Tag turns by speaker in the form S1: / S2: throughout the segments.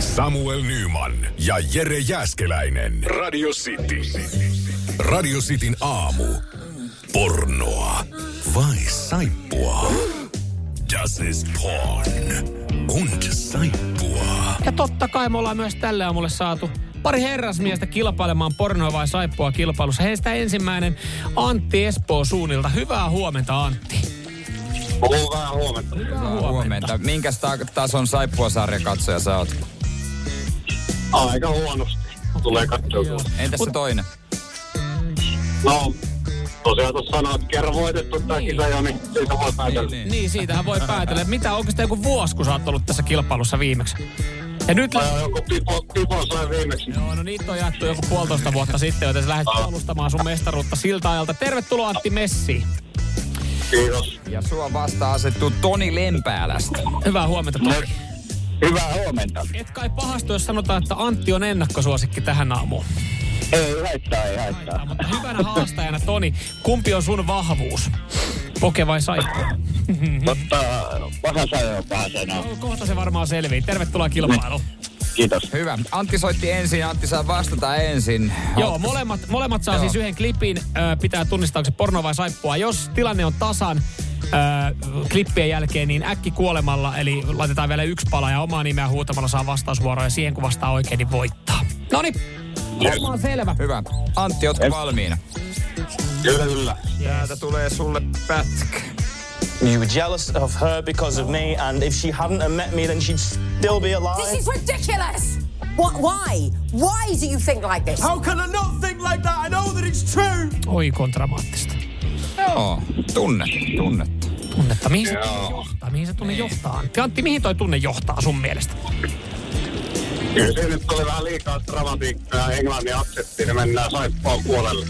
S1: Samuel Nyman ja Jere Jäskeläinen. Radio City. Radio Cityn aamu. Pornoa vai saippua? Das ist porn. Und saippua.
S2: Ja totta kai me ollaan myös tälle aamulle saatu pari herrasmiestä kilpailemaan pornoa vai saippua kilpailussa. Heistä ensimmäinen Antti Espoo suunnilta. Hyvää huomenta Antti.
S3: Hyvää huomenta.
S2: Hyvää
S4: Huomenta. Minkäs ta- tason saippuasarja katsoja sä oot?
S3: Aika huonosti. Tulee katsoa.
S2: Joo.
S4: Entäs se toinen?
S3: No, tosiaan tuossa sanoa, että kerran voitettu tämä
S2: Niin.
S3: kisa jo, niin siitä voi päätellä.
S4: niin.
S2: Niin, siitähän voi päätellä. Mitä, onko sitä joku vuosi, kun sä oot ollut tässä kilpailussa viimeksi? Ja nyt lä-
S3: Tai joku pipo, pipo sai viimeksi. niin
S2: Joo, no niitä on jaettu joku puolitoista vuotta sitten, joten sä lähdet alustamaan sun mestaruutta siltä ajalta. Tervetuloa Antti Messi.
S3: Kiitos.
S4: Ja sua vasta asettuu Toni Lempäälästä.
S2: Hyvää huomenta Toni.
S3: Hyvää huomenta.
S2: Et kai pahastu, jos sanotaan, että Antti on ennakkosuosikki tähän aamuun.
S3: Ei haittaa, ei haittaa.
S2: Tää, Mutta hyvänä haastajana, Toni, kumpi on sun vahvuus? Poke vai saippua?
S3: Mutta paha sanoa, paha sanoa.
S2: No, Kohta se varmaan selvii. Tervetuloa kilpailuun.
S3: Kiitos.
S4: Hyvä. Antti soitti ensin ja Antti saa vastata ensin.
S2: Joo,
S4: Oot-
S2: molemmat, molemmat saa
S4: Joo.
S2: siis yhden klipin. Ö, pitää tunnistaa, onko se porno vai saippua. Jos tilanne on tasan ö, klippien jälkeen, niin äkki kuolemalla, eli laitetaan vielä yksi pala ja omaa nimeä huutamalla saa vastausvuoroja. Ja siihen, kun vastaa oikein, niin voittaa. Noniin, homma on selvä.
S4: Hyvä. Antti, ootko valmiina?
S3: Kyllä, kyllä.
S4: Täältä tulee sulle pätkä.
S5: You were jealous of her because of me, and if she hadn't have met me, then she'd still be alive.
S6: This is ridiculous! What, why? Why do you think like this?
S7: Oh.
S8: How can I not think like that? I know that it's true.
S2: Oi, kun on dramaattista.
S4: Joo, tunne, tunne.
S2: Tunnetta, mihin se tunne johtaa? Mihin se tunne johtaa? Antti, Antti, mihin toi tunne johtaa sun mielestä?
S3: Kyllä siinä nyt oli vähän liikaa dramatiikkaa ja englannin akseptiin, niin mennään saippaan puolelle.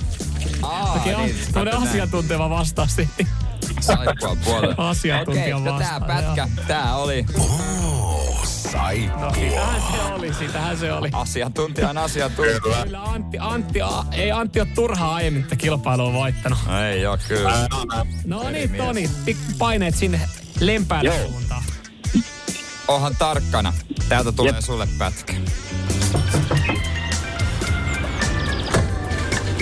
S4: Aa, niin,
S2: Okei, on
S4: tätä
S2: tämmöinen asiantunteva vastaus sitten.
S4: näin. Saippua puolella.
S2: Asiantuntija
S4: Okei, no tää
S2: vastaan,
S4: pätkä, tää oli
S1: Oh, saippua.
S2: Sitähän se oli, sitähän se oli.
S4: asiantuntijan asiantuntija.
S3: Kyllä.
S2: Kyllä Antti, Antti, a, ei Antti ole turhaa aiemmin tätä kilpailua voittanut.
S4: Ei joo, kyllä.
S3: Ää, no, nää.
S2: No niin,
S4: Pelimies.
S2: Toni, pikku paineet sinne lempäälle suuntaan.
S4: Ohan tarkkana. Täältä tulee sulle pätkä.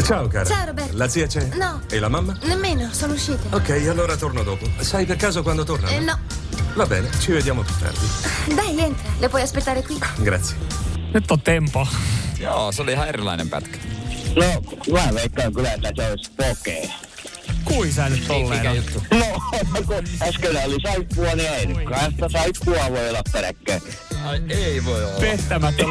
S8: Ciao cara.
S7: Ciao, Roberto.
S8: La zia c'è?
S7: No.
S8: E la mamma?
S7: Nemmeno, sono uscita.
S8: Ok, allora torno dopo. Sai per caso quando torna?
S7: Eh, no,
S8: Va bene, ci vediamo più tardi.
S7: dai, entra. Le puoi aspettare qui.
S8: Grazie.
S2: Nyt on tempo.
S4: Joo, se oli ihan erilainen pätkä.
S3: No, mä veikkaan kyllä, että se olisi pokee.
S2: Kui sä nyt tolleen on?
S4: juttu?
S3: No, kun äsken oli saippua, niin ei nyt kahta saippua voi olla peräkkäin.
S4: Ai ei voi olla.
S2: Pettämätön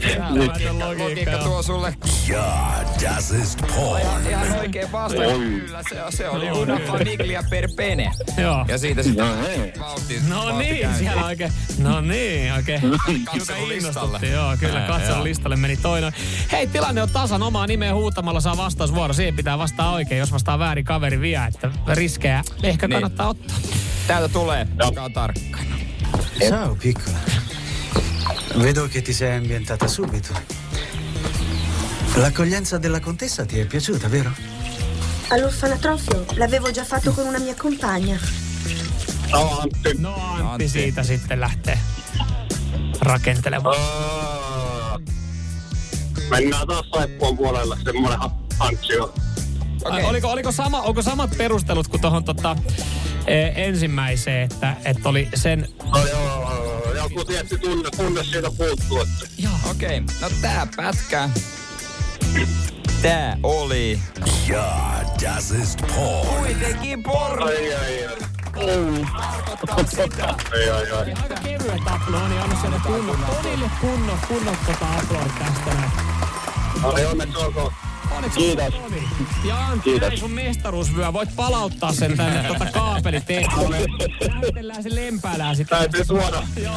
S2: Pettämätön logiikka.
S4: Logiikka
S2: joo.
S4: tuo sulle
S1: Ja, das ist porn.
S4: ihan, ihan oikein vastaus. Kyllä, se, se oli
S2: No
S4: una
S2: niin.
S4: famiglia per pene.
S2: Joo.
S4: Ja siitä sitten
S3: No hei.
S4: vauhti.
S2: No
S4: vauhti
S2: niin,
S4: käyntiin.
S2: siellä oikein. No niin, oikein. Joka
S4: Katselulistalle.
S2: innostutti, joo, kyllä
S4: Ää,
S2: katselun
S4: joo.
S2: listalle meni toinen. Hei, tilanne on tasan omaa nimeä huutamalla saa vastausvuoro. Siihen pitää vastaa oikein, jos vastaa väärin kaveri vie, että riskejä ehkä
S4: Niin.
S2: kannattaa ottaa.
S4: Täältä tulee. Olkaa tarkkana.
S8: Ciao piccola. Vedo che ti sei ambientata subito. L'accoglienza della contessa ti è piaciuta, vero?
S7: All'orfanatrofio l'avevo già fatto con una mia compagna.
S3: No, Antti.
S2: No Antti,
S4: Antti.
S2: siitä sitten lähtee rakentelemaan.
S3: Aa. Mennään taas saippuan puolelle, semmonen ha- ansio.
S2: Ai, Oliko, oliko sama, onko samat perustelut kuin tuohon tota, eh, ensimmäiseen, että, että oli sen...
S3: No joo, joku tietty tunne, tunne siitä puuttuu, että
S2: Joo,
S4: Okei, no tää pätkä. Tää oli
S1: Ja, das ist porn.
S4: kuitenkin porno.
S3: ai ai ai.
S2: tarkoittaa sitä.
S3: Ai ai ai.
S2: Ja Aika kevyet aplodit, niin anna siellä kunnon, Tonille kunnon, kunnon tota aplodit tästä näin.
S3: Ai No niin, onneksi olkoon.
S2: Onneksi Kiitos. Toni. Ja Antti, näin sun mestaruusvyö, voit palauttaa sen tänne tota kaapeli tehtävä. Näytellään se lempäälää sitten.
S3: Täytyy suoda.
S2: Joo.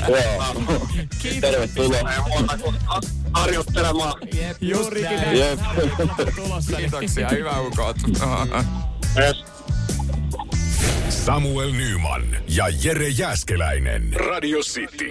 S9: Joo.
S2: Kiitos.
S9: Tervetuloa.
S3: Ei muuta kuin har- harjoittelemaan.
S2: Jep, juurikin näin.
S9: Jep.
S2: Tulossa.
S4: Kiitoksia, hyvä ukot.
S3: Yes.
S1: Samuel Nyman ja Jere Jäskeläinen. Radio City.